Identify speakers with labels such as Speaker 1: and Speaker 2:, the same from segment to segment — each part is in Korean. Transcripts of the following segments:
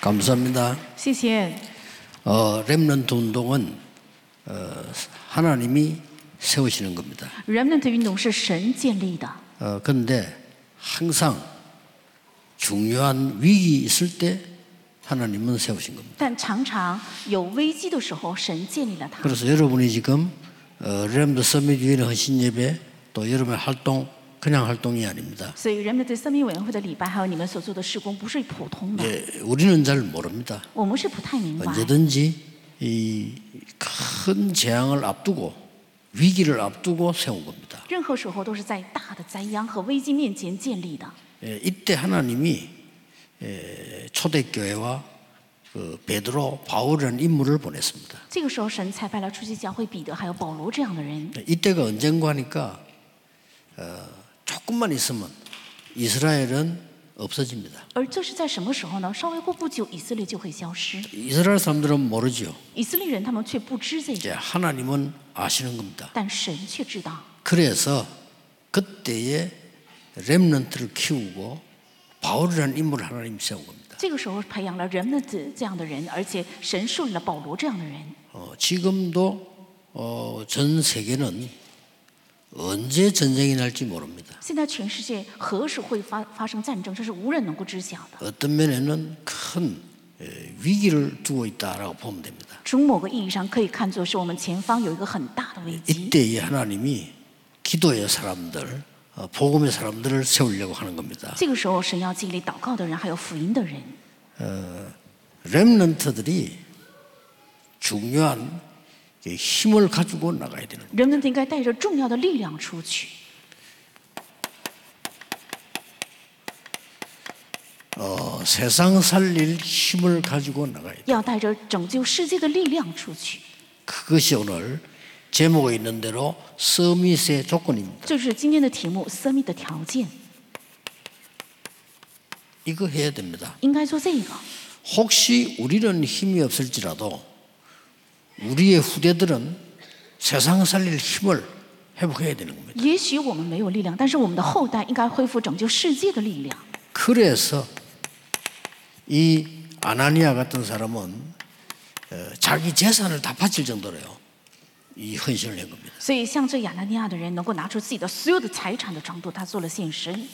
Speaker 1: 감사합니다.
Speaker 2: 谢谢。
Speaker 1: 어, 렘넌트 운동은 어, 하나님이 세우시는 겁니다.
Speaker 2: Remnant 运动是神建立的，
Speaker 1: 어, 그런데 항상 중요한 위기 있을 때 하나님은 세우신 겁니다.
Speaker 2: 但常常有危机的时候，神建立了它。
Speaker 1: 그래서 여러분이 지금 어, 렘넌트 서밋 위인 헌신 예배 또 여러분의 활동 그냥 활동이 아닙니다.
Speaker 2: 所以 Remnant 三民委员会的礼拜，还有你们所做的事工，不是普通的，
Speaker 1: 예, 우리는 잘 모릅니다.
Speaker 2: 我们是不太明白。
Speaker 1: 언제든지 이 큰 재앙을 앞두고 위기를 앞두고 세운 겁니다.
Speaker 2: 任何时候都是在大的灾殃和危机面前建立的。
Speaker 1: 예, 이때 하나님이 예, 초대교회와 그 베드로, 바울이라는 인물을 보냈습니다.
Speaker 2: 这个时候，神才派了初期教会彼得还有保罗这样的人。
Speaker 1: 예, 이때가 언젠가 하니까 어, 조금만 있으면 이스라엘은 없어집니다.
Speaker 2: 而这是在什么时候呢？稍微过不久，以色列就会消失。
Speaker 1: 이스라엘 사람들은 모르지요.
Speaker 2: 以色列人他们却不知这
Speaker 1: 이제
Speaker 2: 个，
Speaker 1: 하나님은 아시는 겁니다.
Speaker 2: 但神却知道。
Speaker 1: 그래서 그때에 렘넌트를 키우고 바울이라는 인물을 하나님 세운 겁니다.
Speaker 2: 这个时候培养了 Remnant 这样的人，而且神树立了保罗这样的人。
Speaker 1: 어, 지금도 어, 전 세계는 언제 전쟁이 날지 모릅니다.
Speaker 2: 现在全世界何时会发发生战争，这是无人能够知晓的。
Speaker 1: 어떤 면에는 큰 에, 위기를 두고 있다라고 보면 됩니다.
Speaker 2: 从某个意义上可以看作是我们前方有一个很大的危机。
Speaker 1: 이때에 하나님이 기도의 사람들, 어, 복음의 사람들을 세우려고 하는 겁니다.
Speaker 2: 这个时候，神要建立祷告的人，还有福音的人。
Speaker 1: 렘넌트들이 중요한 이 힘을 가지고 나가야 되는 거예요.
Speaker 2: 人们应该带着重要的力量出去。
Speaker 1: 어, 세상 살릴 힘을 가지고 나가야 돼요.
Speaker 2: 要带着拯救世界的力量出去。
Speaker 1: 그것이 오늘 제목에 있는 대로 서밋의 조건입니다.
Speaker 2: 这是今天的题目 s u m m i 的条件，
Speaker 1: 이거 해야 됩니다.
Speaker 2: 应该做这个。
Speaker 1: 혹시 우리는 힘이 없을지라도 우리의 후대들은 세상 살릴 힘을 회복해야 되는 겁니다.
Speaker 2: 也许我们没有力量，但是我们的后代应该恢复拯救世界的力量。
Speaker 1: 그래서 이 아나니아 같은 사람은 어, 자기 재산을 다 바칠 정도로요. 이 헌신을 한 겁니다.
Speaker 2: 所以，像这亚拿尼亚的人能够拿出自己的所有的财产的程度，他做了献身。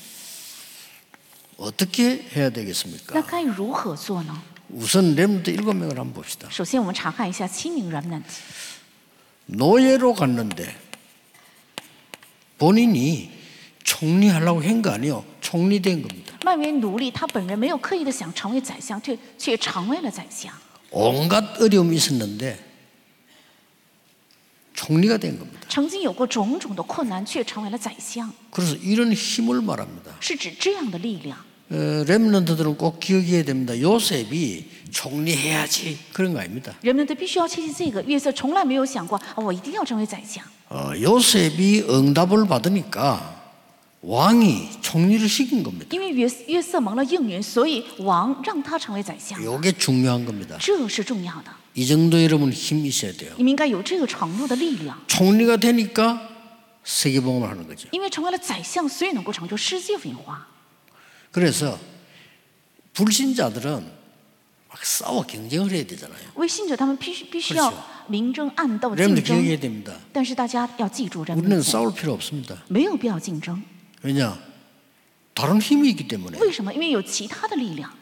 Speaker 1: 어떻게 해야
Speaker 2: 那
Speaker 1: 되겠습니까?
Speaker 2: 该如何做呢？
Speaker 1: 우선 렘부터 일곱 명을 한번 봅시다.
Speaker 2: 首先，我们查看一下七名 remnant，
Speaker 1: 노예로 갔는데 본인이 총리하려고 한 거 아니요. 총리된 겁니다.
Speaker 2: 曼为奴隶，他本人没有刻意的想成为宰相，却却成为了宰相。
Speaker 1: 온갖 어려움이 있었는데 총리가 된 겁니다.
Speaker 2: 曾经有过种种的困难，却成为了宰相，
Speaker 1: 그래서 이런 힘을 말합니다. 어,
Speaker 2: 是指这样的力量。
Speaker 1: 렘런트들은 꼭 기억해야 됩니다. 요셉이 총리해야지 그런 거 아닙니다.
Speaker 2: 人们都必须要切记这个。约瑟从来没有想过，啊我一定要成为宰相。
Speaker 1: 어, 요셉이 응답을 받으니까 왕이 총리를 시킨 겁니다.
Speaker 2: 因为约约瑟蒙了应允，所以王让他成为宰相，
Speaker 1: 이게 중요한 겁니다.
Speaker 2: 这是重要的。
Speaker 1: 이 정도 여러분 힘이 있어야 돼요.
Speaker 2: 你们应该有这个承诺的力量，
Speaker 1: 총리가 되니까 세계복음을 하는 거죠.
Speaker 2: 因为成为了宰相，所以能够成就世界文化。
Speaker 1: 그래서 불신자들은 막 싸워 경쟁을 해야 되잖아요.
Speaker 2: 为信者，他们必须必须要
Speaker 1: 그렇죠
Speaker 2: 明争暗斗竞
Speaker 1: 여러분들
Speaker 2: 争。
Speaker 1: 기억해야 됩니다.
Speaker 2: 但是大家要记住，人
Speaker 1: 우리는
Speaker 2: 们
Speaker 1: 싸울 필요 없습니다.
Speaker 2: 没有必要竞争。
Speaker 1: 왜냐? 다른 힘이 있기 때문에.
Speaker 2: 为什么？因为有其他的力量。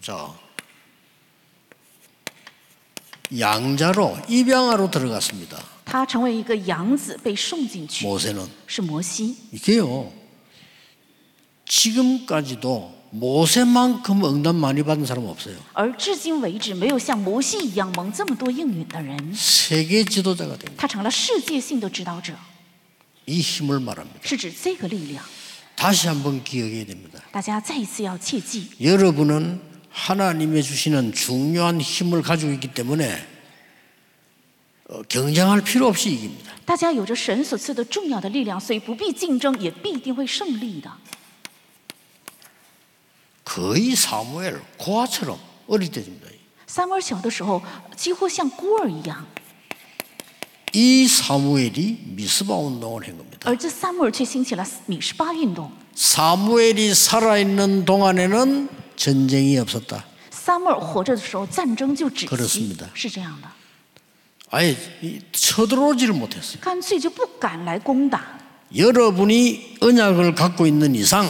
Speaker 1: 자, 양자로 입양아로 들어갔습니다.
Speaker 2: 他成为一个养子被送进去，
Speaker 1: 모세는
Speaker 2: 是摩西。
Speaker 1: 이게요. 지금까지도 모세만큼 응답 많이 받은 사람 은 없어요.
Speaker 2: 而至今为止，没有像摩西一样蒙这么多应允的人，
Speaker 1: 세계 지도자가 됩니다.
Speaker 2: 他成了世界性的指导者，
Speaker 1: 이 힘을 말합니다.
Speaker 2: 是指这个力量。
Speaker 1: 다시 한번 기억해야 됩니다.
Speaker 2: 大家再一次要切记，
Speaker 1: 여러분은 하나님의 주시는 중요한 힘을 가지고 있기 때문에 어, 경쟁할 필요 없이 이깁니다.
Speaker 2: 大家有着神所赐的重要的力量，所以不必竞争，也必定会胜利的。
Speaker 1: 거의 사무엘 고아처럼 어릴 때입니다.
Speaker 2: 撒母耳小的时候，几乎像孤儿一样，
Speaker 1: 이 사무엘이 미스바 운동을 한 겁니다.
Speaker 2: 而这撒母耳却兴起了米十八运动。
Speaker 1: 사무엘이 살아있는 동안에는 전쟁이 없었다.
Speaker 2: 撒母耳活着的时候，战争就止
Speaker 1: 그렇습니
Speaker 2: 息
Speaker 1: 다 ，
Speaker 2: 是这样的，
Speaker 1: 아예 이- 쳐들어오지를 못했어요.
Speaker 2: 干脆就不敢来攻打。
Speaker 1: 여러분이 언약을 갖고 있는 이상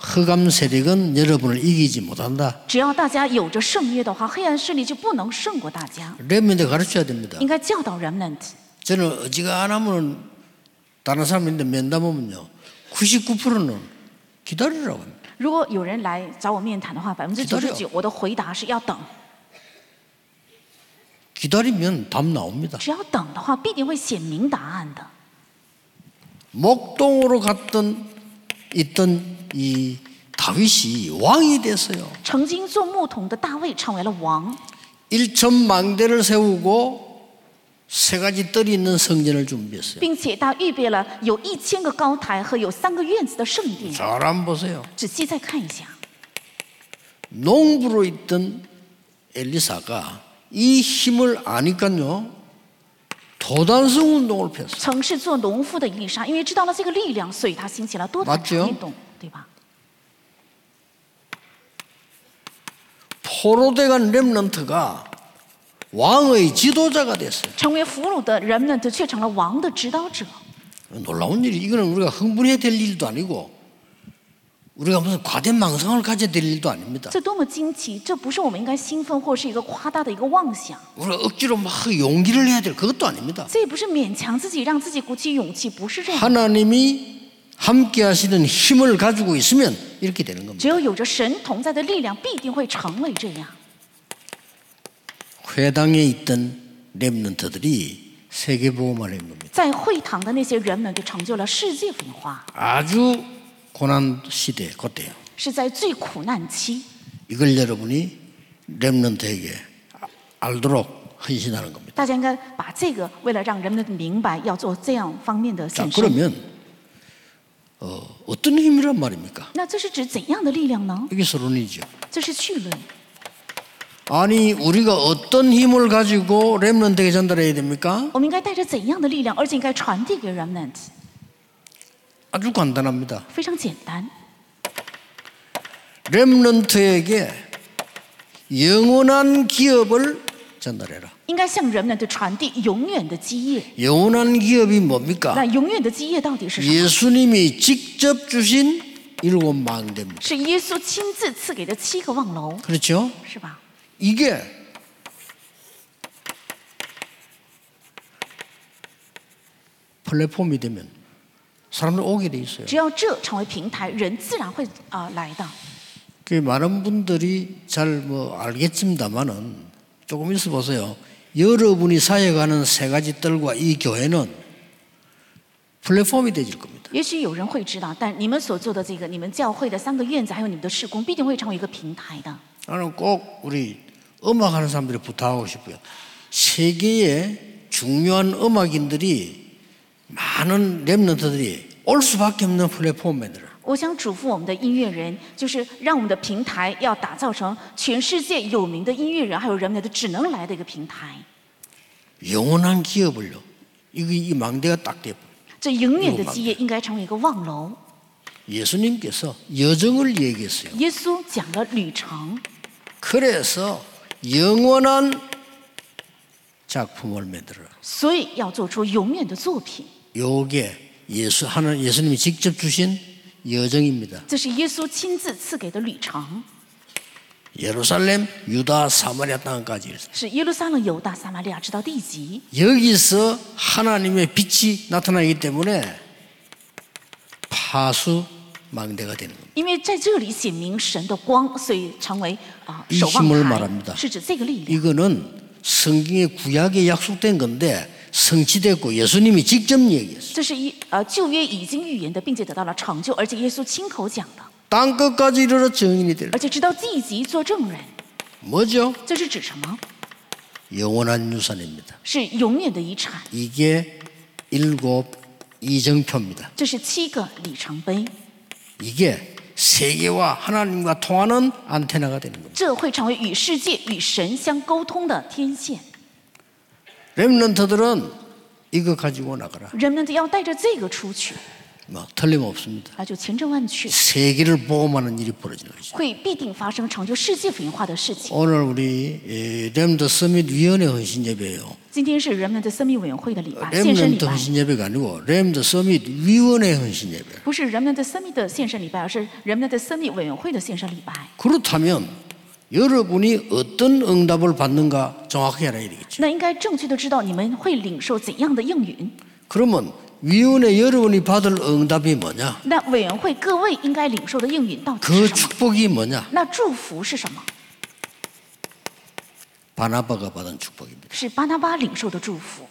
Speaker 1: 흑암 세력은 여러분을 이기지 못한다.
Speaker 2: 只要大家有着圣约的话，黑暗势力就不能胜过大家。
Speaker 1: 렘면에 가르쳐야 됩니다.
Speaker 2: 应该教导 remnant。
Speaker 1: 저는 어지간하면 다른 사람인데 면담하면요. 99%는 기다리라고 합니다.
Speaker 2: 如果有人来找我面谈的话，百分之九十
Speaker 1: 기다려
Speaker 2: 九我的回答是要等，
Speaker 1: 기다리면 답 나옵니다.
Speaker 2: 只要等的话，必定会显明答案的。
Speaker 1: 목동으로 갔던 있던 이 다윗이 왕이 됐어요.
Speaker 2: 曾经做牧童的大卫成为了王，
Speaker 1: 일천망대를 세우고 세 가지 뜰이 있는 성전을 준비했어요.
Speaker 2: 并且他预备了有一千个高台和有三个院子的圣殿。
Speaker 1: 잘 안 보세요.
Speaker 2: 仔细再看一下，
Speaker 1: 농부로 있던 엘리사가 이 힘을 아니까요. 도단성 운동을 폈어요.
Speaker 2: 曾是做农夫的以利沙，因为知道了这个力量，所以他兴起了多
Speaker 1: 맞
Speaker 2: 塔
Speaker 1: 죠
Speaker 2: 运动，对吧？
Speaker 1: 포로대간 렘넌트가 왕의 지도자가 됐어요.
Speaker 2: 成为俘虏的 remnant 却成了王的指导者。
Speaker 1: 놀라운 일이 이거는 우리가 흥분해야 될 일도 아니고 우리가 무슨 과대 망상을 가져야 될 일도 아닙니다.
Speaker 2: 这多么惊奇！这不是我们应该兴奋或是一个夸大的一个妄想，
Speaker 1: 우리가 억지로 막 용기를 해야 될 그것도 아닙니다.
Speaker 2: 这也不是勉强自己让自己鼓起勇气，不是这样。
Speaker 1: 하나님이 함께 하시는 힘을 가지고 있으면 이렇게 되는 겁니다.
Speaker 2: 只有有着神同在的力量，必定会成为这样。
Speaker 1: 회당에 있던 렘넌트들이 세계보험을 한 겁니다.
Speaker 2: 在会堂的那些人们，就成就了世界文化，
Speaker 1: 아주 고난 시대 그때요.
Speaker 2: 是在最苦难期。
Speaker 1: 이걸 여러분이 렘넌트에게 알도록 헌신하는 겁니다.
Speaker 2: 大家应该把这个，为了让人们明白，要做这样方面的
Speaker 1: 자,
Speaker 2: 献身。
Speaker 1: 그러면 어, 어떤 힘이란 말입니까?
Speaker 2: 那这是指怎样的力量呢？
Speaker 1: 이게 서론이죠.
Speaker 2: 这是绪论。
Speaker 1: 아니 우리가 어떤 힘을 가지고 렘넌트에게 전달해야 됩니까?
Speaker 2: 我们应该带着怎样的力量，而且应该传递给 remnant？
Speaker 1: 아주 간단합니다.
Speaker 2: 非常简单，
Speaker 1: 렘넌트에게 영원한 기업을 전달해라.
Speaker 2: 应该向 remnant 传递永远的基业。
Speaker 1: 영원한 기업이 뭡니까?
Speaker 2: 那永远的基业到底是什么？
Speaker 1: 예수님이 직접 주신 일곱 망대입니다.
Speaker 2: 是耶稣亲自赐给的七个望楼，
Speaker 1: 그렇죠?
Speaker 2: 是吧？
Speaker 1: 이게 플랫폼이 되면 사람들 오게 돼 있어요.
Speaker 2: 只要这成为平台，人自然会啊、呃来的。
Speaker 1: 그 많은 분들이 잘 뭐 알겠습니다만은 조금 있어 보세요. 여러분이 사역하는 세 가지 뜰과 이 교회는 플랫폼이 되질 겁니다.
Speaker 2: 也许有人会知道，但你们所做的这个，你们教会的三个院子，还有你们的事工，必定会成为一个平台的。
Speaker 1: 나는 꼭 우리 음악하는 사람들이 부탁하고 싶어요. 세계의 중요한 음악인들이 많은 랩런트들이 올 수밖에 없는 플랫폼 만들어.
Speaker 2: 我想嘱咐我们的音乐人，就是让我们的平台要打造成全世界有名的音乐人，还有人们的只能来的一个平台。
Speaker 1: 영원한 기업을요. 이게 이 망대가 딱 돼.
Speaker 2: 这永远的基业应该成为一个望楼。
Speaker 1: 예수님께서 여정을 얘기했어요.
Speaker 2: 耶稣讲了旅程，
Speaker 1: 그래서 영원한 작품을 만들어.
Speaker 2: 所以要做出永远的作品。
Speaker 1: 요게 예수 하나 예수님이 직접 주신 여정입니다.
Speaker 2: 这是耶稣亲自赐给的旅程，
Speaker 1: 예루살렘, 유다, 사마리아 땅까지.
Speaker 2: 是耶路撒冷、犹大、撒玛利亚直到地极。
Speaker 1: 여기서 하나님의 빛이 나타나기 때문에 파수 망대가 되는 겁니다.
Speaker 2: 因为在这里显明神的光，所以成为啊、
Speaker 1: 이힘을
Speaker 2: 守
Speaker 1: 말합니
Speaker 2: 望
Speaker 1: 다
Speaker 2: 台，是指这个力量。
Speaker 1: 이거는 성경의 구약에 약속된 건데 성취됐고 예수님이 직접 얘기했어요.
Speaker 2: 这是一呃旧约已经预言的，并且得到了成就，而且耶稣亲口讲的，
Speaker 1: 땅 끝까지 이르러 증인이 될.
Speaker 2: 而且直到地极做证人。
Speaker 1: 뭐죠?
Speaker 2: 这是指什么？
Speaker 1: 영원한 유산입니다.
Speaker 2: 是永远的遗产。
Speaker 1: 이게 일곱 이정표입니다.
Speaker 2: 这是七个里程碑，
Speaker 1: 이게 세계와 하나님과 통하는 안테나가 되는 겁니다.
Speaker 2: 这会成为与世界与神相沟通的天线。
Speaker 1: 렘넌트들은 이거 가지고 나가라.
Speaker 2: 人们要带着这个出去，
Speaker 1: 뭐 틀림없습니다.
Speaker 2: 啊，就千真万确，
Speaker 1: 세계를 보험하는 일이 벌어지는 거죠.
Speaker 2: 会必定发生成就世界福音化的事情。
Speaker 1: 오늘 우리 이 렘더 서밋 위원회 헌신 예배예요.
Speaker 2: 今天是人们的森林委员会的礼拜，献身礼
Speaker 1: 렘더
Speaker 2: 拜，
Speaker 1: 아, 헌신 예배가 아니고 렘더 서밋 위원회 헌신 예배.
Speaker 2: 不是人们的森林的献身礼拜，而是人们的森林委员会的献身礼拜。
Speaker 1: 그렇다면 여러분이 어떤 응답을 받는가 정확히 알아야 되겠죠.
Speaker 2: 那应该正确的知道你们会领受怎样的应允。
Speaker 1: 그러면 위원회 여러분이 받을 응답이 뭐냐?
Speaker 2: 那委员会各位应该领受的应允到底
Speaker 1: 그
Speaker 2: 是什么？
Speaker 1: 축복이 뭐냐?
Speaker 2: 那祝福是什么？
Speaker 1: 바나바가 받은 축복입니다.
Speaker 2: 是巴拿巴领受的祝福。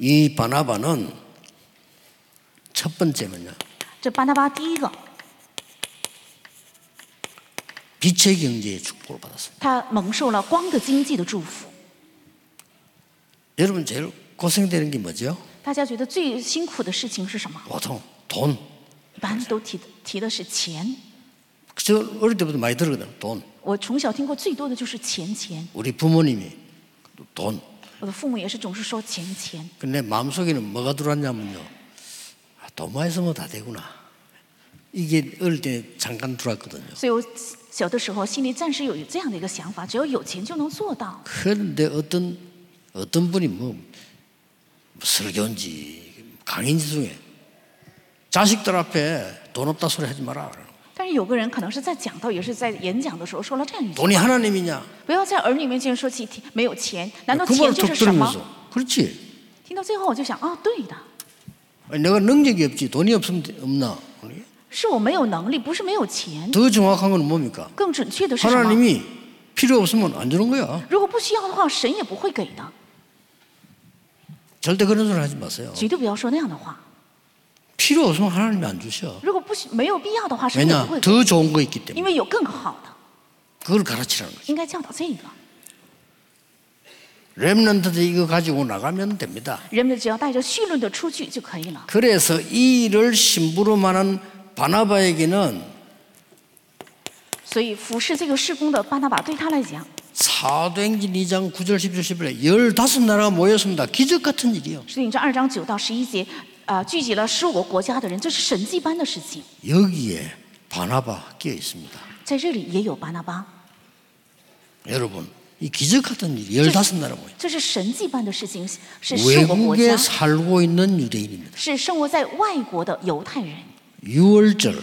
Speaker 1: 이 바나바는 첫 번째 뭐냐?
Speaker 2: 这巴拿巴第一个，
Speaker 1: 빛의 경제의 축복을 받았습니다.
Speaker 2: 他蒙受了光的经济的祝福。
Speaker 1: 여러분 제일 고생되는 게 뭐죠?
Speaker 2: 大家觉得最辛苦的事情是什么？
Speaker 1: 보통 돈.
Speaker 2: 一般都提的提的是钱。
Speaker 1: 저 어릴 때부터 많이 들었거든. 돈.
Speaker 2: 我从小听过最多的就是钱钱，
Speaker 1: 우리 부모님이 돈.
Speaker 2: 我的父母也是总是说钱钱。
Speaker 1: 근데 마음속에는 뭐가 들어왔냐면요. 아, 돈 많이 쓰면 다 되구나. 이게 어릴 때 잠깐 들어왔거든요.
Speaker 2: 所以我小的时候心里暂时有这样的一个想法，只要有钱就能做到。
Speaker 1: 그런데 어떤 어떤 분이 뭐 설교인지 강인지 중에 자식들 앞에 돈 없다 소리 하지 마라. 그러는 거예요.
Speaker 2: 但是有个人可能是在讲到，也是在演讲的时候说了这样一句：
Speaker 1: 돈이 하나님이냐?
Speaker 2: 不要在儿女面前说起提没有钱，难道
Speaker 1: 그
Speaker 2: 钱
Speaker 1: 말을
Speaker 2: 哎就
Speaker 1: 툭
Speaker 2: 是什么？
Speaker 1: 들으면서 그렇지.
Speaker 2: 听到最后我就想，啊，对的，
Speaker 1: 아니, 내가 능력이 없지 돈이 없으면 되- 없나? 그러니
Speaker 2: 是我没有能力，不是没有钱。
Speaker 1: 더 정확한 건 뭡니까?
Speaker 2: 更准确的是什么？
Speaker 1: 하나님이 필요 없으면 안 주는 거야.
Speaker 2: 如果不需要的话，神也不会给的，
Speaker 1: 절대 그런 소리 하지 마세요.
Speaker 2: 绝对不要说那样的话。
Speaker 1: 필요 없으면 하나님이 안 주셔.
Speaker 2: 如果不需没有必要的话，神也不
Speaker 1: 왜냐?
Speaker 2: 会给，
Speaker 1: 더 좋은 거 있기
Speaker 2: 因
Speaker 1: 때문에
Speaker 2: 为有更好的，
Speaker 1: 그걸 가르치라는 거예요.
Speaker 2: 应该教导这个。
Speaker 1: 렘넌트들 이거 가지고 나가면 됩니다.
Speaker 2: 人们只要带着绪论的出去就可以了。
Speaker 1: 그래서 이 일을 심부름하는 바나바에게는
Speaker 2: 所以服侍这个事工的巴拿巴对他来讲，
Speaker 1: 사도행전 2장 9절 10절 11절에 15나라가 모였습니다. 기적 같은 일이요.
Speaker 2: 所以你这二章九到十一节，啊、聚集了十五个国家的人，这是神迹般的事情。
Speaker 1: 여기에 바나바 끼어 있습니다.
Speaker 2: 在这里也有巴拿巴，
Speaker 1: 여러분, 이 기적 같은 일이 15나라 모여.
Speaker 2: 这是神迹般的事情，是十五个国家
Speaker 1: 외국에 ， 살고 있는 유대인입니다.
Speaker 2: 是生活在外国的犹太人。
Speaker 1: 유월절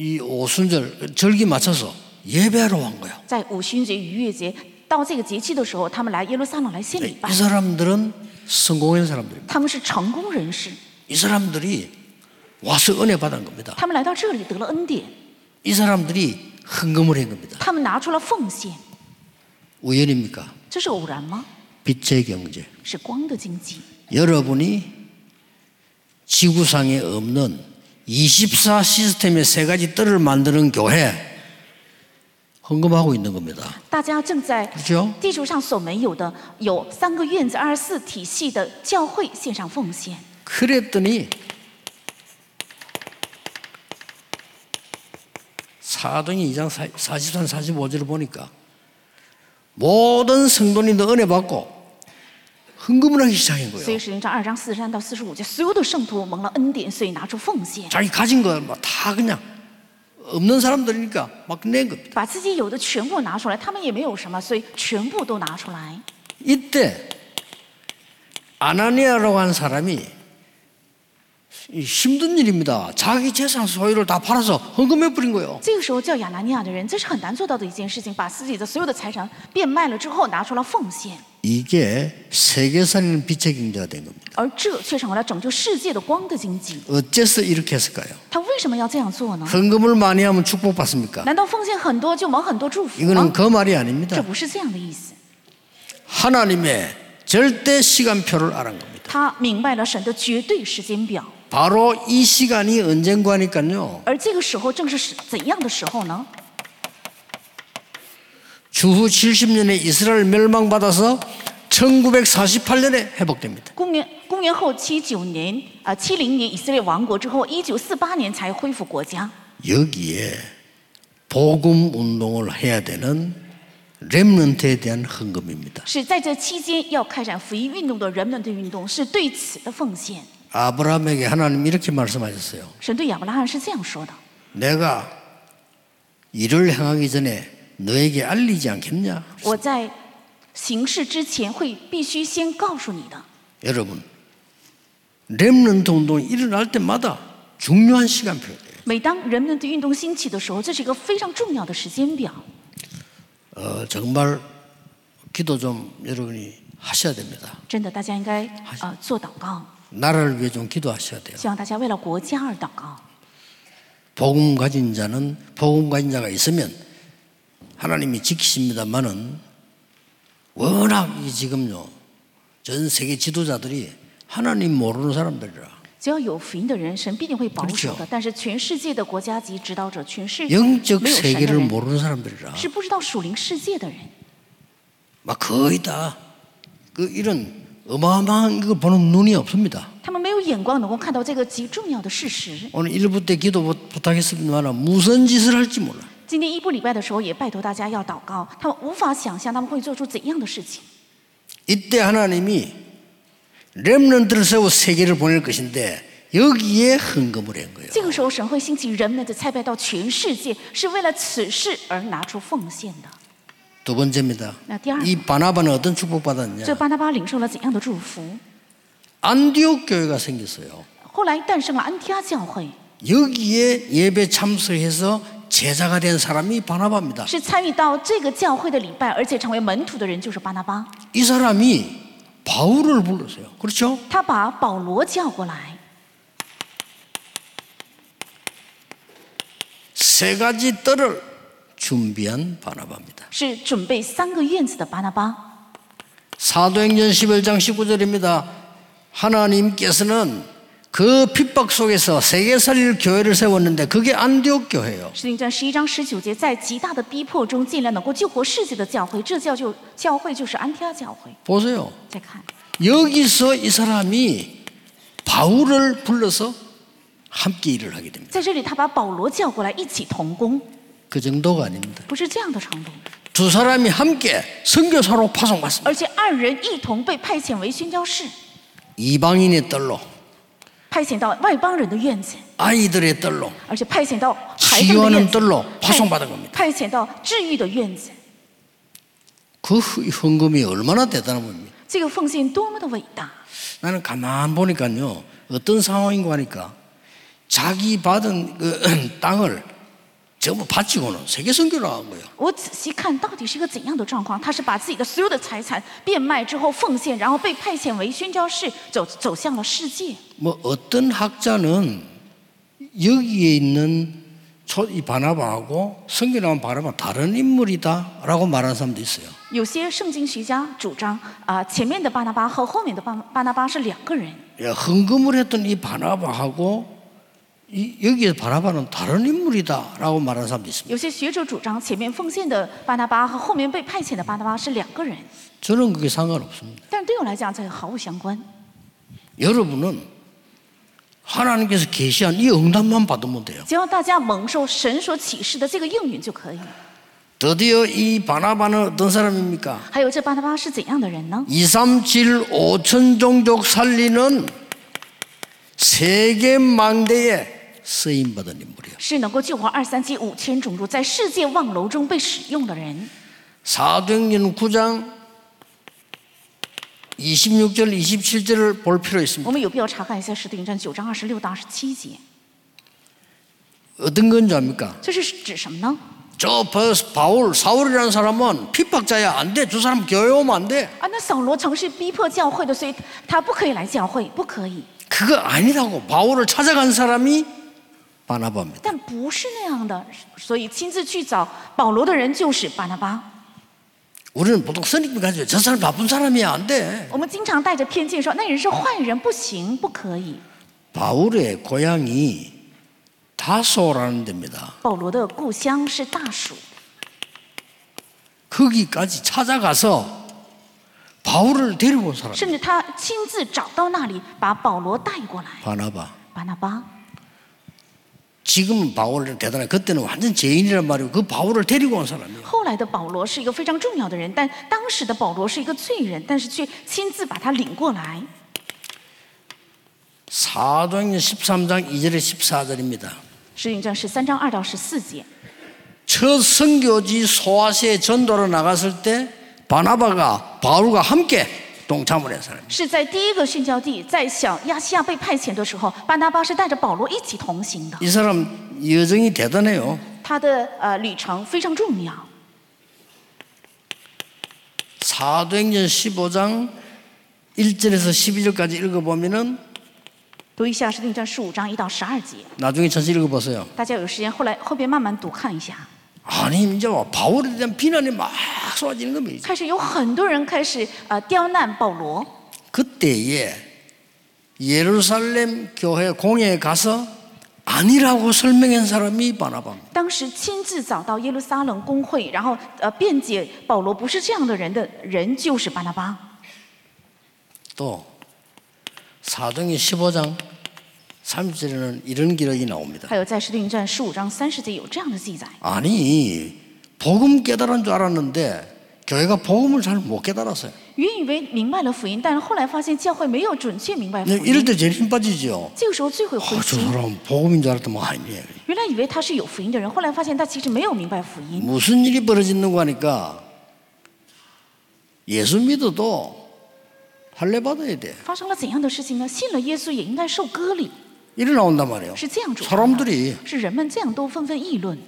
Speaker 1: 이 오순절 절기 맞춰서 예배하러 온 거예요.
Speaker 2: 在五旬节、逾越节到这个节气的时候，他们来耶路撒冷来献礼拜
Speaker 1: 이 ， 사람들은 성공한 사람들입니다.
Speaker 2: 他们是成功人士，
Speaker 1: 이 사람들이 와서 은혜 받은 겁니다.
Speaker 2: 他们来到这里得了恩典，
Speaker 1: 이 사람들이 헌금을 한 겁니다.
Speaker 2: 他们拿出了奉献，
Speaker 1: 우연입니까?
Speaker 2: 这是偶然吗？
Speaker 1: 빛의 경제.
Speaker 2: 是光的经济。
Speaker 1: 여러분이 지구상에 없는 24 시스템의 세 가지 뜰을 만드는 교회 헌금하고 있는 겁니다.
Speaker 2: 大家正在
Speaker 1: 그렇죠?
Speaker 2: 地球上所没有的，有三个院子二十四体系的教会献上奉献。
Speaker 1: 그랬더니 사도행전 2장 43, 45절을 보니까 모든 성도님도 은혜 받고 헌금을 하기 시작한
Speaker 2: 所
Speaker 1: 거예요.
Speaker 2: 以，实际上二章四十三到四十五节，所有的圣徒蒙了恩典，所以拿出奉献，
Speaker 1: 자기 가진 거다 그냥 없는 사람들이니까 막 낸 겁니다.
Speaker 2: 把自己有的全部拿出来。他们也没有什么，所以全部都拿出来。
Speaker 1: 이때 아나니아라고 하는 사람이 이 힘든 일입니다. 자기 재산 소유를 다 팔아서 헌금해 버린 거예요.
Speaker 2: 这个时候叫亚拿尼亚的人，这是很难做到的一件事情，把自己的所有的财产变卖了之后拿出来奉献，
Speaker 1: 이게 세계사는 빛의 경제가 된 겁니다.
Speaker 2: 而这却成为了拯救世界的光的经济。
Speaker 1: 어째서 이렇게 했을까요?
Speaker 2: 他为什么要这样做呢？
Speaker 1: 헌금을 많이 하면 축복받습니까?
Speaker 2: 难道奉献很多就蒙很多祝福
Speaker 1: 이거는
Speaker 2: 吗？
Speaker 1: 그 말이
Speaker 2: 这
Speaker 1: 아닙니다.
Speaker 2: 不是这样的意思。
Speaker 1: 하나님의 절대 시간표를 알은 겁니다.
Speaker 2: 他明白了神的绝对时间表，
Speaker 1: 바로 이 시간이 언젠가니까요.
Speaker 2: 而这个时候正是时怎样的时候呢？
Speaker 1: 주후 70년에 이스라엘 멸망받아서 1948년에 회복됩니다.
Speaker 2: 公元公元后七九年啊，七、0零年以色列亡国之后，一九四八年才恢复国家。
Speaker 1: 여기에 복음 운동을 해야 되는 렘넌트에 대한 헌금입니다.
Speaker 2: 是在这期间要开展福音运动的人们的运动，是对此的奉献。
Speaker 1: 아브라함에게 하나님 이렇게 말씀하셨어요.
Speaker 2: 神对亚伯拉罕是这样说的
Speaker 1: 내가 일을 행하기 전에 너에게 알리지 않겠냐? ：“
Speaker 2: 我在行事之前会必须先告诉你的。
Speaker 1: 여러분, 렘넌트 운동이 일어날 때마다 중요한 시간표예요. ”
Speaker 2: 每当人们的运动兴起的时候，这是一个非常重要的时间表。
Speaker 1: 어, 정말 기도 좀 여러분이 하셔야 됩니다.
Speaker 2: 真的，大家应该呃做祷告，
Speaker 1: 나라를 위해 좀 기도하셔야 돼요.
Speaker 2: 希望大家为了国家而祷告。
Speaker 1: 복음 가진 자는 복음 가진 자가 있으면 하나님이 지키십니다만은 워낙 이 지금요 전 세계 지도자들이 하나님 모르는 사람들이라
Speaker 2: 只要有福音的人，神必定会保守
Speaker 1: 그렇죠
Speaker 2: 的。但是全世界的国家级指导者，全世界没
Speaker 1: 啊 영적
Speaker 2: 有神的
Speaker 1: 세계를
Speaker 2: 人
Speaker 1: 모르는 사람들이라
Speaker 2: 是不知道属灵世界的人，
Speaker 1: 막 거의 다 그 이런 어마어마한 이걸 보는 눈이 없습니다.
Speaker 2: 他们没有眼光能够看到这个极重要的事实。
Speaker 1: 오늘 일부 때 기도 부- 부탁했습니다만 무슨 짓을 할지 몰라.
Speaker 2: 今天一部礼拜的时候，也拜托大家要祷告，他们无法想象他们会做出怎样的事情。
Speaker 1: 이때 하나님이 렘넌트를 세워 세계를 보낼 것인데 여기에 헌금을 한 거예요.
Speaker 2: 这个时候，神会兴起人们的菜拜到全世界，是为了此事而拿出奉献的。
Speaker 1: 두 번째입니다.
Speaker 2: 아, 띠아르.
Speaker 1: 이 바나바는 어떤
Speaker 2: 这
Speaker 1: 축복받았냐?
Speaker 2: 巴拿巴领受了怎样的祝福？
Speaker 1: 안디옥 교회가 생겼어요.
Speaker 2: 后来诞生了安提阿教会，
Speaker 1: 여기에 예배 참석해서 제자가 된 사람이 바나바입니다.
Speaker 2: 是参与到这个教会的礼拜，而且成为门徒的人就是巴拿巴。
Speaker 1: 이 사람이 바울을 불렀어요. 그렇죠?
Speaker 2: 他把保罗叫过来，
Speaker 1: 세 가지 뜰을 준비한 바나바입니다.
Speaker 2: 是准备三个院子的巴拿巴。
Speaker 1: 사도행전 11장 19절입니다. 하나님께서는 그 핍박 속에서 세계 살릴 교회를 세웠는데 그게 안디옥 교회예요.
Speaker 2: 使徒行传十一章十九节，在极大的逼迫中，尽量能够救活世界的教会，这教就教会就是安提阿教会。
Speaker 1: 보세요.
Speaker 2: 再看，
Speaker 1: 여기서 이 사람이 바울을 불러서 함께 일을 하게 됩니다.
Speaker 2: 在这里他把保罗叫过来一起同工，
Speaker 1: 그 정도가 아닙니다.
Speaker 2: 不是这样的程度，
Speaker 1: 두 사람이 함께 선교사로 파송받습니다.
Speaker 2: 而且二人一同被派遣为宣教士，
Speaker 1: 이방인의 딸로,
Speaker 2: 派遣到外邦人的院子，
Speaker 1: 아이들의 딸로,
Speaker 2: 而且派遣到孩子们的院
Speaker 1: 지원은뜰로
Speaker 2: 子，
Speaker 1: 파송받은겁니다
Speaker 2: 派遣到治愈的院子。
Speaker 1: 그 헌금이 얼마나 대단한 겁니까?
Speaker 2: 这个奉献多么的伟大！
Speaker 1: 나는 가만 보니까요, 어떤 상황인가 하니까 자기 받은 그 땅을 전부 바치고는 세계 선교를 한 거예요.
Speaker 2: 我仔细看到底是一个怎样的状况？他是把自己的所有的财产变卖之后奉献，然后被派遣为宣教士，走走向了世界。
Speaker 1: 뭐 어떤 학자는 여기에 있는 초, 이 바나바하고 성경 나온 바나바 다른 인물이다라고 말하는 사람도 있어요.
Speaker 2: 有些圣经学家主张啊、前面的巴拿巴和后面的巴巴拿巴是两个人。
Speaker 1: 야, 헌금을 했던 이 바나바하고 이, 여기에 바나바는 다른 인물이다라고 말하는 사람도 있습니다.
Speaker 2: 有些学者主张前面奉献的巴拿巴和后面被派遣的巴拿巴是两个人，
Speaker 1: 저는 그게 상관없습니다.
Speaker 2: 但是对我来讲这个毫无相关。
Speaker 1: 여러분은 하나님께서 계시한 이 응답만 받으면 돼요.
Speaker 2: 只要大家蒙受神所启示的这个应允就可以。
Speaker 1: 드디어 이 바나바는 어떤 사람입니까?
Speaker 2: 还有这巴拿巴是怎样的人呢？
Speaker 1: 2, 3, 7, 5천 종족 살리는 세계 망대에 쓰임 받은 인물이에요.
Speaker 2: 是能够救活二三七五千种族，在世界望楼中被使用的人。
Speaker 1: 사도행전 9장 26절 27절을 볼 필요 있습니다.
Speaker 2: 我们有必要查看一下《使徒行传》九章二十六到二十七节，
Speaker 1: 어떤 건지 압니까?
Speaker 2: 这是指什么呢？
Speaker 1: 저 버스 바울 사울이라는 사람은 핍박자야 안 돼. 저 사람 교회 오면 안 돼.
Speaker 2: 啊，那扫罗曾是逼迫教会的，所以他不可以来教会，不可以。
Speaker 1: 그거 아니라고 바울을 찾아간 사람이 바나바입니다.
Speaker 2: 但不是那样的，所以亲自去找保罗的人就是巴拿巴。
Speaker 1: 우리는 보통 선입견 가지고 저 사람 나쁜 사람이야 안 돼.
Speaker 2: 我们经常带着偏见说那人是坏人，不行，不可以。
Speaker 1: 바울의 고향이 다소라는 데입니다.
Speaker 2: 保罗的故乡是大蜀，
Speaker 1: 거기까지 찾아가서 바울을 데리고 온 사람
Speaker 2: 甚至他亲自找到那里，把保罗带过来。
Speaker 1: 바나바.
Speaker 2: 巴拿巴
Speaker 1: 지금은 바울을 대단해. 그때는 완전 죄인이란 말이고 그 바울을 데리고 온 사람이에요.
Speaker 2: 后来的保罗是一个非常重要的人，但当时的保罗是一个罪人，但是却亲自把他领过来。
Speaker 1: 사도행전 13장 2절에 14절입니다.
Speaker 2: 使徒行传十三章二到十四节，
Speaker 1: 첫 선교지 소아시아 전도로 나갔을 때 바나바가 바울과 함께 동참을 했어요.
Speaker 2: 是在第一个殉教地，在小亚细亚被派遣的时候，巴拿巴是带着保罗一起同行的。
Speaker 1: 이 사람 여정이 대단해요.
Speaker 2: 他的呃旅程非常重要。
Speaker 1: 사도행전 15장 1절에서 12절까지 읽어보면은
Speaker 2: 读一下《使徒行传》十五章一到十二节，
Speaker 1: 나중에 전체 읽어보세요.
Speaker 2: 大家有时间后来后边慢慢读看一下。
Speaker 1: 아니 이제 와 바울에 대한 비난이 막 쏟아지는 겁니다.
Speaker 2: 开始有很多人开始呃刁难保罗，
Speaker 1: 그때에 예루살렘 교회 공회에 가서 아니라고 설명한 사람이 바나바입니다.
Speaker 2: 当时亲自找到耶路撒冷公会，然后呃辩解保罗不是这样的人的人就是巴拿巴。
Speaker 1: 또 사도행 15장 30절에는 이런 기록이 나옵니다.
Speaker 2: 还有在《使徒行传》十五章三十节有这样的记载：
Speaker 1: 아니 복음 깨달은 줄 알았는데 교회가 복음을 잘 못 깨달았어요.
Speaker 2: 原以为明白了福音，但是后来发现教会没有准确明白福
Speaker 1: 근데 이럴
Speaker 2: 音。
Speaker 1: 때 제일 힘 빠지죠.
Speaker 2: 这个时候最会灰
Speaker 1: 어, 저
Speaker 2: 心。
Speaker 1: 사람 복음인 줄 알았더니 뭐 아니에요.
Speaker 2: 原来以为他是有福音的人，后来发现他其实没有明白福音。
Speaker 1: 무슨 일이 벌어지는가 하니까 예수 믿어도 할례 받아야 돼.
Speaker 2: 发生了怎样的事情呢？信了耶稣也应该受割礼，
Speaker 1: 일어나온단 말이에요.
Speaker 2: 是这样主张的。
Speaker 1: 사람들이
Speaker 2: 是人们这样都纷纷议论，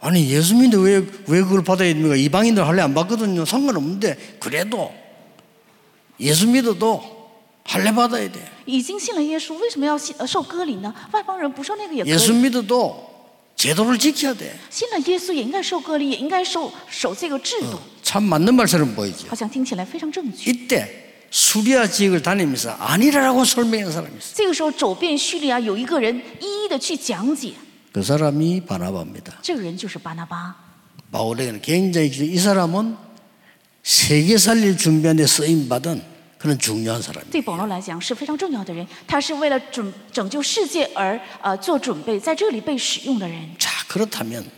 Speaker 1: 아니 예수 믿는데 왜, 왜 그걸 받아야 됩니까? 이방인들 할례 안 받거든요. 상관없는데 그래도 예수 믿어도 할례 받아야 돼.
Speaker 2: 已经信了耶稣，为什么要信呃受割礼呢？外邦人不受那个也可
Speaker 1: 예수
Speaker 2: 以，
Speaker 1: 믿어도 제도를 지켜야 돼.
Speaker 2: 信了耶稣也应该受割礼，也应该受守这个制度，
Speaker 1: 참 맞는 말처럼 보이죠.
Speaker 2: 好像听起来非常正确。
Speaker 1: 이때 수리아 지역을 다니면서 아니라고 설명한 사람이 있어요.
Speaker 2: 这个时候走遍叙利亚，有一个人一一的去讲解，
Speaker 1: 그 사람이 바나바입니다.
Speaker 2: 这个人就是巴拿巴。
Speaker 1: 바울에게는 굉장히 기- 이 사람은 세계 살릴 준비하는데 쓰임 받은 그런 중요한 사람이에요.
Speaker 2: 对保罗来讲是非常重要的人，他是为了准拯救世界而呃做准备，在这里被使用的人。
Speaker 1: 자, 그렇다면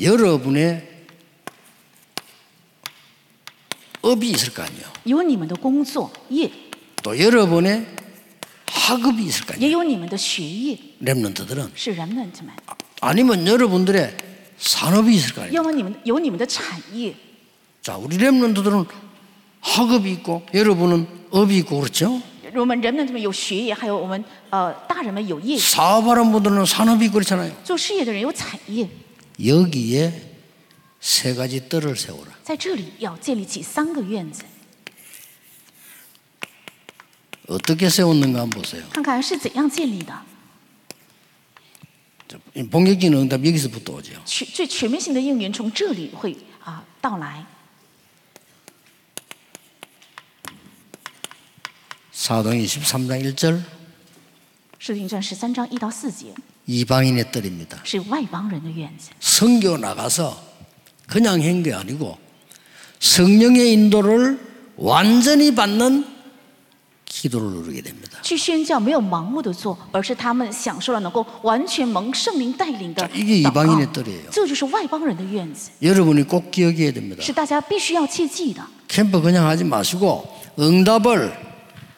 Speaker 1: 여러분의 업이 있을 거 아니에요.
Speaker 2: 有你们的工作业，
Speaker 1: 또 여러분의 학업이 있을 거 아니에요.
Speaker 2: 也有你们的学业，
Speaker 1: 렘런트들은
Speaker 2: 是人们怎么？
Speaker 1: 아니면 여러분들의 산업이 있을 거 아니에요.
Speaker 2: 要么你们有你们的产业，
Speaker 1: 자, 우리 렘런트들은 학업이 있고 여러분은 업이 있고 그렇죠?
Speaker 2: 我们人们这么有学业，还有我们呃大人们有业，
Speaker 1: 사업하는 분들은 산업이 있고 그렇잖아요.
Speaker 2: 做事业的人有产业，
Speaker 1: 여기에 세 가지 뜰을 세워라.
Speaker 2: 在这里要建立起三个院子，
Speaker 1: 어떻게 세웠는가 한번 보세요.
Speaker 2: 看看是怎样建立的。
Speaker 1: 자, 이 본격적인 응답이 여기서부터 오죠.
Speaker 2: 全最全面性的应允从这里会啊、到来。
Speaker 1: 사도행 23장 1절
Speaker 2: 使徒行传十三章一到四节
Speaker 1: 이방인의 뜰입니다.
Speaker 2: 是外邦人的院子，
Speaker 1: 성교 나가서 그냥 한 게 아니고 성령의 인도를 완전히 받는 기도를 누르게 됩니다.
Speaker 2: 去宣教没有盲目的做，而是他们享受了能够完全蒙圣灵带领的哦
Speaker 1: 这이게이방인의뜰
Speaker 2: 祷
Speaker 1: 이에요
Speaker 2: 告。这就是外邦人的院子，
Speaker 1: 여러분이 꼭 기억해야 됩니다.
Speaker 2: 是大家必须要切记的。
Speaker 1: 캠프 그냥 하지 마시고 응답을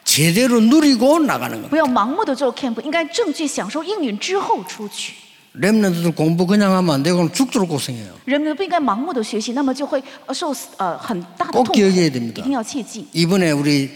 Speaker 1: 제대로 누리고 나가는 겁니다.
Speaker 2: 不要盲目的做 camp，应该正确享受应允之后出去。
Speaker 1: 랩런트들 공부 그냥 하면 안 되고 그럼 죽도록 고생해요.
Speaker 2: 人们不应该盲目的学习，那么就会呃受死呃很大的
Speaker 1: 꼭
Speaker 2: 痛苦。
Speaker 1: 기억해야됩니다
Speaker 2: 一定要切记，
Speaker 1: 이번에 우리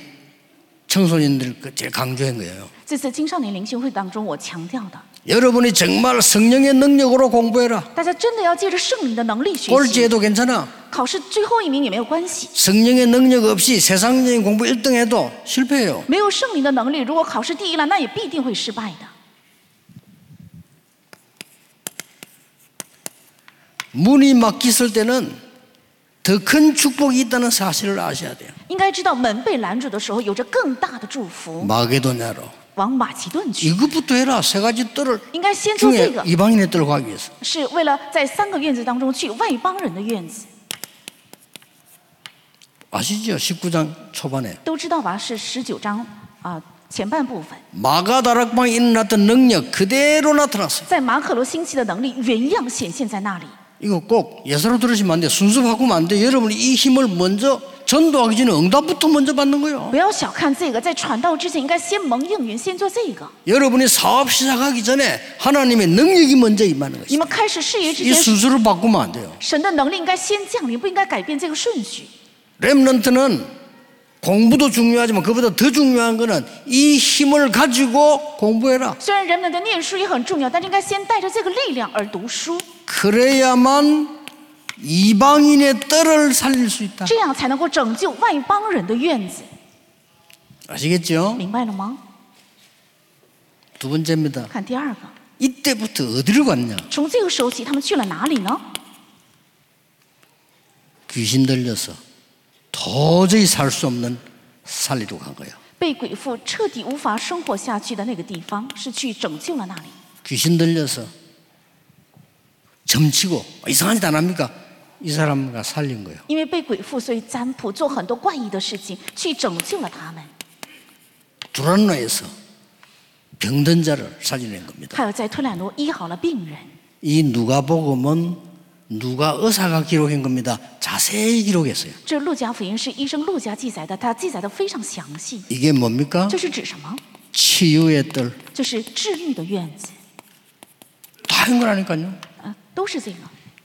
Speaker 1: 청소년들 그 제일 강조한 거예요.
Speaker 2: 这次青少年灵修会当中我强调的，
Speaker 1: 여러분이 정말 성령의 능력으로 공부해라.
Speaker 2: 大家真的要借着圣灵的能力学习，
Speaker 1: 꼴찌해도 괜찮아.
Speaker 2: 考试最后一名也没有关系。
Speaker 1: 성령의 능력 없이 세상적인 공부 1등 해도 실패해요.
Speaker 2: 没有圣灵的能力，如果考试第一了，那也必定会失败的。
Speaker 1: 문이 막혔을 때는 더 큰 축복이 있다는 사실을 아셔야 돼요.
Speaker 2: 应该知道门被拦住的时候，有着更大的祝福。
Speaker 1: 마게도냐로.
Speaker 2: 往马其顿
Speaker 1: 嗯
Speaker 2: 去，
Speaker 1: 이것부터 해라. 세 가지 뜰을
Speaker 2: 应该先做这
Speaker 1: 중에
Speaker 2: 个，
Speaker 1: 이방인의 뜰을 가기 위해서.
Speaker 2: 是为了在三个院子当中去外邦人的院子，
Speaker 1: 아시죠? 19장 초반에.
Speaker 2: 都知道吧？是十九章啊、前半部分。
Speaker 1: 마가다락방에 일어났던 능력 그대로 나타났어요.
Speaker 2: 在马可罗兴起的能力原样显现在那里。
Speaker 1: 이거 꼭 예사로 들으시면 안 돼. 순수 바꾸면 안 돼. 여러분이 이 힘을 먼저 전도하기 전에 응답부터 먼저 받는 거예요.
Speaker 2: 不要小看这个，在传道之前应该先蒙应允，先做这个。
Speaker 1: 여러분이 사업 시작하기 전에 하나님의 능력이 먼저 임하는
Speaker 2: 你
Speaker 1: 것이죠.
Speaker 2: 们开始事业之
Speaker 1: 이
Speaker 2: 前，
Speaker 1: 순서를 바꾸면 안 돼요.
Speaker 2: 神的能力应该先降临，不应该改变这个顺序。
Speaker 1: 렘넌트는 공부도 중요하지만 그보다 더 중요한 거는 이 힘을 가지고 공부해라.
Speaker 2: 虽然人们的念书也很重要，但是应该先带着这个力量而读书，
Speaker 1: 嗯 그래야만 이방인의 뜰을 살릴 수 있다.
Speaker 2: 这样才能够拯救外邦人的院子，
Speaker 1: 아시겠죠?
Speaker 2: 明白了吗？
Speaker 1: 두 번째입니다.
Speaker 2: 看第二个，
Speaker 1: 이때부터 어디로 갔냐?
Speaker 2: 从这个时候起，他们去了哪里呢？
Speaker 1: 귀신 들려서 도저히 살 수 없는 살리로 간 거예요.
Speaker 2: 被鬼附彻底无法生活下去的那个地方，是去拯救了那里。
Speaker 1: 귀신 들려서 점치고 아, 이상한 짓 안 합니까? 이 사람과 살린 거예요.
Speaker 2: 因为被鬼附，所以占卜做很多怪异的事情，去拯救了他们。
Speaker 1: 두란노에서 병든 자를 살려낸 겁니다.
Speaker 2: 还有在推兰罗医好了病人，
Speaker 1: 이 누가복음은 누가 의사가 기록한 겁니다. 자세히 기록했어요.
Speaker 2: 这路加福音是医生路加记载的，他记载的非常详细。
Speaker 1: 이게 뭡니까?
Speaker 2: 这是指什么？
Speaker 1: 치유의 뜰.
Speaker 2: 就是治愈的院子，
Speaker 1: 다 한 거라니까요.
Speaker 2: 啊，都是这个。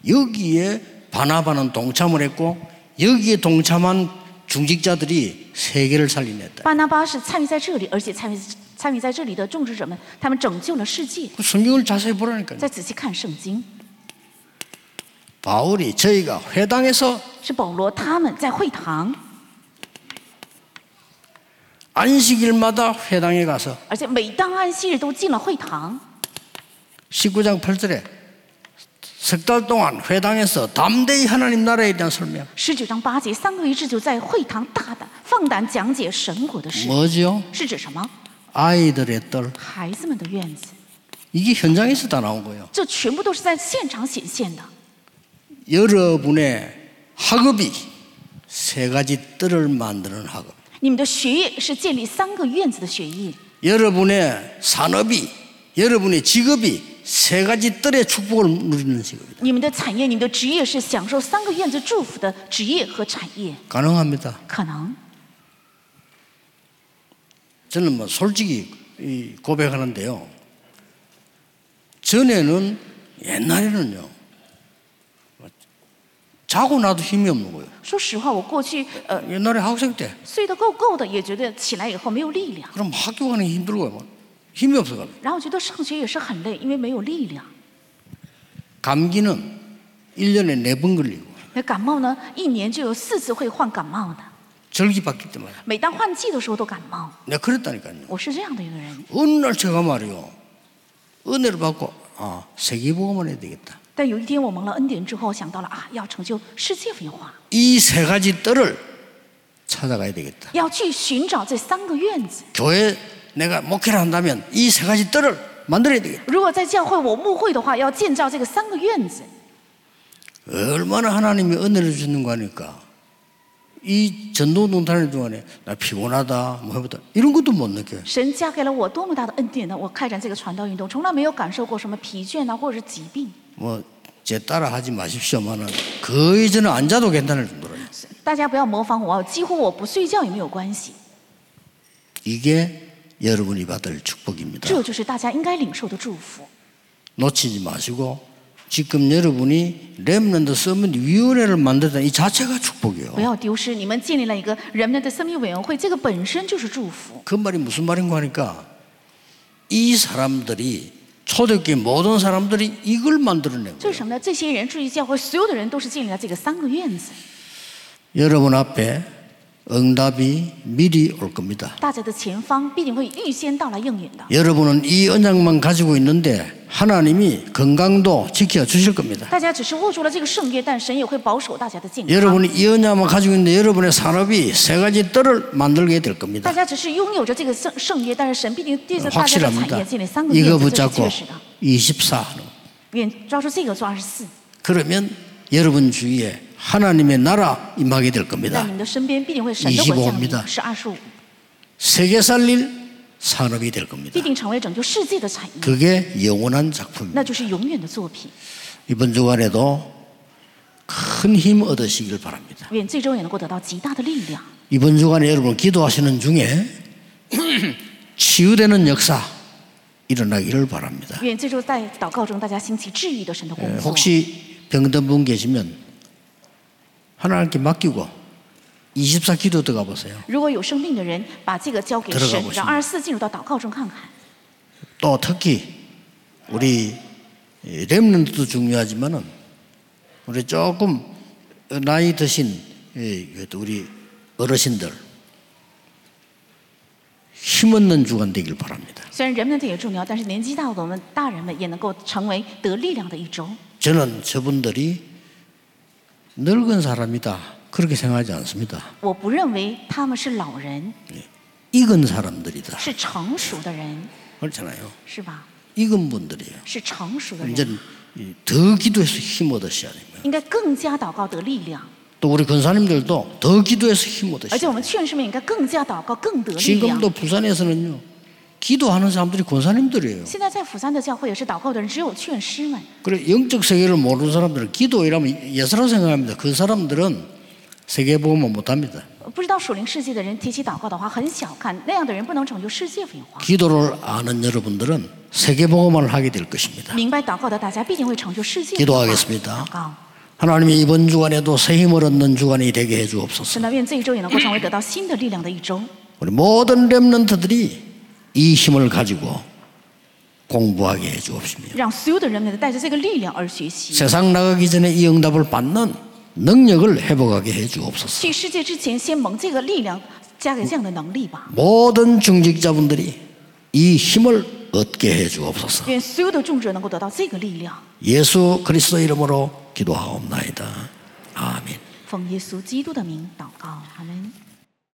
Speaker 1: 여기에 바나바는 동참을 했고 여기에 동참한 중직자들이 세 개를 살리냈다.
Speaker 2: 巴拿巴是参与在这里，而且参与参与在这里的种植者们，他们拯救了世界。
Speaker 1: 그 성경을 자세히 보라니까요.
Speaker 2: 再仔细看圣经，
Speaker 1: 바울이 저희가 회당에서
Speaker 2: 是保罗他们在会堂，
Speaker 1: 안식일마다 회당에 가서
Speaker 2: 而且每当安息日都进了会堂。
Speaker 1: 19장 8절에 석 달 동안 회당에서 담대히 하나님 나라에 대한 설명.
Speaker 2: 十九章八节，三个一致就在会堂大胆放胆讲解神国的事，
Speaker 1: 뭐죠?
Speaker 2: 是指什么？
Speaker 1: 아이들의 뜰.
Speaker 2: 孩子们的院子，
Speaker 1: 이게 현장에서 다 나온 거예요.
Speaker 2: 这全部都是在现场显现的。
Speaker 1: 여러분의 학업이 세 가지 뜰을 만드는 학업.
Speaker 2: 你们的学业是建立三个院子的学业，
Speaker 1: 여러분의 산업이 여러분의 직업이 세 가지 뜰의 축복을 누리는 직업이다.
Speaker 2: 你们的产业、你们的职业是享受三个院子祝福的职业和产业。
Speaker 1: 가능합니다.
Speaker 2: 可能
Speaker 1: 저는 뭐 솔직히 이 고백하는데요. 전에는 옛날에는요. 자고 나도 힘이 없는 거예요.
Speaker 2: 说实话，我过去呃
Speaker 1: 옛날에 학생 때
Speaker 2: 睡得够够的，也觉得起来以后没有力量，
Speaker 1: 그럼 학교 가는 게 힘들고요. 뭐. 힘이 없어가지고
Speaker 2: 然后我觉得上学也是很累，因为没有力量。
Speaker 1: 감기는 1년에 4번 걸리고
Speaker 2: 那感冒呢，一年就有四次会患感冒的，
Speaker 1: 절기 받기 때문에
Speaker 2: 每当换季的时候都感冒。
Speaker 1: 내가 그랬다니까요.
Speaker 2: 我是这样的一个人，
Speaker 1: 어느 날 제가 말이요. 은혜를 받고 아 세계복음을 해야 되겠다.
Speaker 2: 但有一天我蒙了恩典之后，想到了啊，要成就世界文化，
Speaker 1: 이 세 가지 뜰을 찾아가야 되겠다.
Speaker 2: 要去寻找这三个院子。
Speaker 1: 교회 내가 목회를 한다면 이 세 가지 뜰을 만들어야 되겠다.
Speaker 2: 如果在教会我牧会的话，要建造这个三个院子，
Speaker 1: 얼마나 하나님이 은혜를 주는 거니까 이 전도동탄의 동안에 나 피곤하다 뭐 해보다 이런 것도 못 느껴요.
Speaker 2: 神加给了我多么大的恩典呢！我开展这个传道运动，从来没有感受过什么疲倦呐、或者是疾病。
Speaker 1: 뭐 제 따라 하지 마십시오만은 거의 저는 안 자도 괜찮을 정도로
Speaker 2: 大家不要模仿我，几乎我不睡觉也没有关系。
Speaker 1: 이게 여러분이 받을 축복입니다.
Speaker 2: 这就是大家应该领受的祝福。
Speaker 1: 놓치지 마시고 지금 여러분이 렘넌트 서밋위원회를 만들다 이 자체가
Speaker 2: 不
Speaker 1: 축복이에요.
Speaker 2: 要丢失，你们建立了一个人们的生命委员会，这个本身就是祝福。
Speaker 1: 그 말이 무슨 말인가 하니까 이 사람들이 초대교회 모든 사람들이 이걸 만들어내고
Speaker 2: 这是什么呢？这些人出去教会，所有的人都是建立了这个三个院子，
Speaker 1: 여러분 앞에 응답이 미리 올 겁니다.
Speaker 2: 大家的前方必定会预先到来应允的。
Speaker 1: 여러분은 이 언약만 가지고 있는데 하나님이 건강도 지켜 주실 겁니다.
Speaker 2: 大家只是握住了这个圣约，但神也会保守大家的健康。
Speaker 1: 여러분이 이 언약만 가지고 있는데 여러분의 산업이 세 가지 뜰을 만들게 될
Speaker 2: 大
Speaker 1: 겁니다.
Speaker 2: 家只是拥有着这个圣圣约，但是神必定对着大家的产
Speaker 1: 확실합니다. 그
Speaker 2: 业建立三个院
Speaker 1: 이거
Speaker 2: 子，这是
Speaker 1: 붙잡고
Speaker 2: 确实的。
Speaker 1: 24 하는 거.
Speaker 2: 愿抓住这个做二十四，
Speaker 1: 그러면 여러분 주위에 하나님의 나라 임하게 될
Speaker 2: 在
Speaker 1: 겁니다.
Speaker 2: 你们的身边必定会神的国降
Speaker 1: 25입니다
Speaker 2: 临，是二十五，
Speaker 1: 세계 살릴 산업이 될 겁니다.
Speaker 2: 必定成为拯救世界的产业，
Speaker 1: 그게 영원한 작품입니다. 네.
Speaker 2: 那就是永远的作品。
Speaker 1: 이번 주간에도 큰 힘 얻으시길 바랍니다.
Speaker 2: 愿最终也能够得到极大的力量。
Speaker 1: 이번 주간에 여러분 기도하시는 중에 치유되는 역사 일어나기를 바랍니다.
Speaker 2: 愿最终在祷告中，大家兴起治愈的神的工
Speaker 1: 예,
Speaker 2: 作。
Speaker 1: 혹시 병든 분 계시면 하나님께 맡기고 24 기도 들어가 보세요.
Speaker 2: 如果有生病的人，把这个交给
Speaker 1: 들어가
Speaker 2: 神
Speaker 1: 보십니，다
Speaker 2: 让二十四进入到祷告中看看。
Speaker 1: 또 특히 우리 렘넌트도 중요하지만은 우리 조금 나이 드신 이 그래도 우리 어르신들 힘 얻는 주간 되길 바랍니다.
Speaker 2: 虽然人们这也重要，但是年纪大的我们大人们也能够成为得力量的一周。
Speaker 1: 저는 저분들이 늙은 사람이다 그렇게 생각하지 않습니다.
Speaker 2: 我不认为他们是老人，
Speaker 1: 익은 사람들이다
Speaker 2: 是成熟的人，
Speaker 1: 그렇잖아요.
Speaker 2: 是吧？
Speaker 1: 익은 분들이에요.
Speaker 2: 是成熟的
Speaker 1: 이제
Speaker 2: 人，
Speaker 1: 더 기도해서 힘 얻으셔야 됩니다.
Speaker 2: 应该更加祷告得力量。
Speaker 1: 또 우리 권사님들도 더 기도해서 힘
Speaker 2: 而
Speaker 1: 얻으셔야
Speaker 2: 且我们劝士们应该更加祷告，更得力量。
Speaker 1: 지금도 부산에서는요 기도하는 사람들이 권사님들이에요.
Speaker 2: 现在在釜山的教会也是祷告的人只有劝师们，
Speaker 1: 그래 영적 세계를 모르는 사람들은 기도 이러면 예사로 생각합니다. 그 사람들은 세계 보험을 못합니다.
Speaker 2: 呃不知道属灵世界的人提起祷告的话很小看，那样的人不能拯救世界文化。
Speaker 1: 기도를 아는 여러분들은 세계 보험을 하게 될 것입니다.
Speaker 2: 明白祷告的大家必定会成就世界文化。
Speaker 1: 기도하겠습니다
Speaker 2: 祷告，
Speaker 1: 하나님이 이번 주간에도 새 힘을 얻는 주간이 되게 해주옵소서.
Speaker 2: 神的愿这一周也能够成为得到新的力量的一周。
Speaker 1: 우리 모든 렘넌트들이 이 힘을 가지고 공부하게 해주옵시며
Speaker 2: 让所有的人们带着这个力量而学习，
Speaker 1: 세상 나가기 전에 이 응답을 받는 능력을 회복하게 해주옵소서.
Speaker 2: 去世界之前先蒙这个力量，加给这样的能力吧。
Speaker 1: 모든 중직자분들이 이 힘을 얻게 해주옵소서.
Speaker 2: 愿所有的众者能够得到这个力量。
Speaker 1: 예수 그리스도 이름으로 기도하옵나이다. 아멘.
Speaker 2: 奉耶稣基督的名祷告，阿门。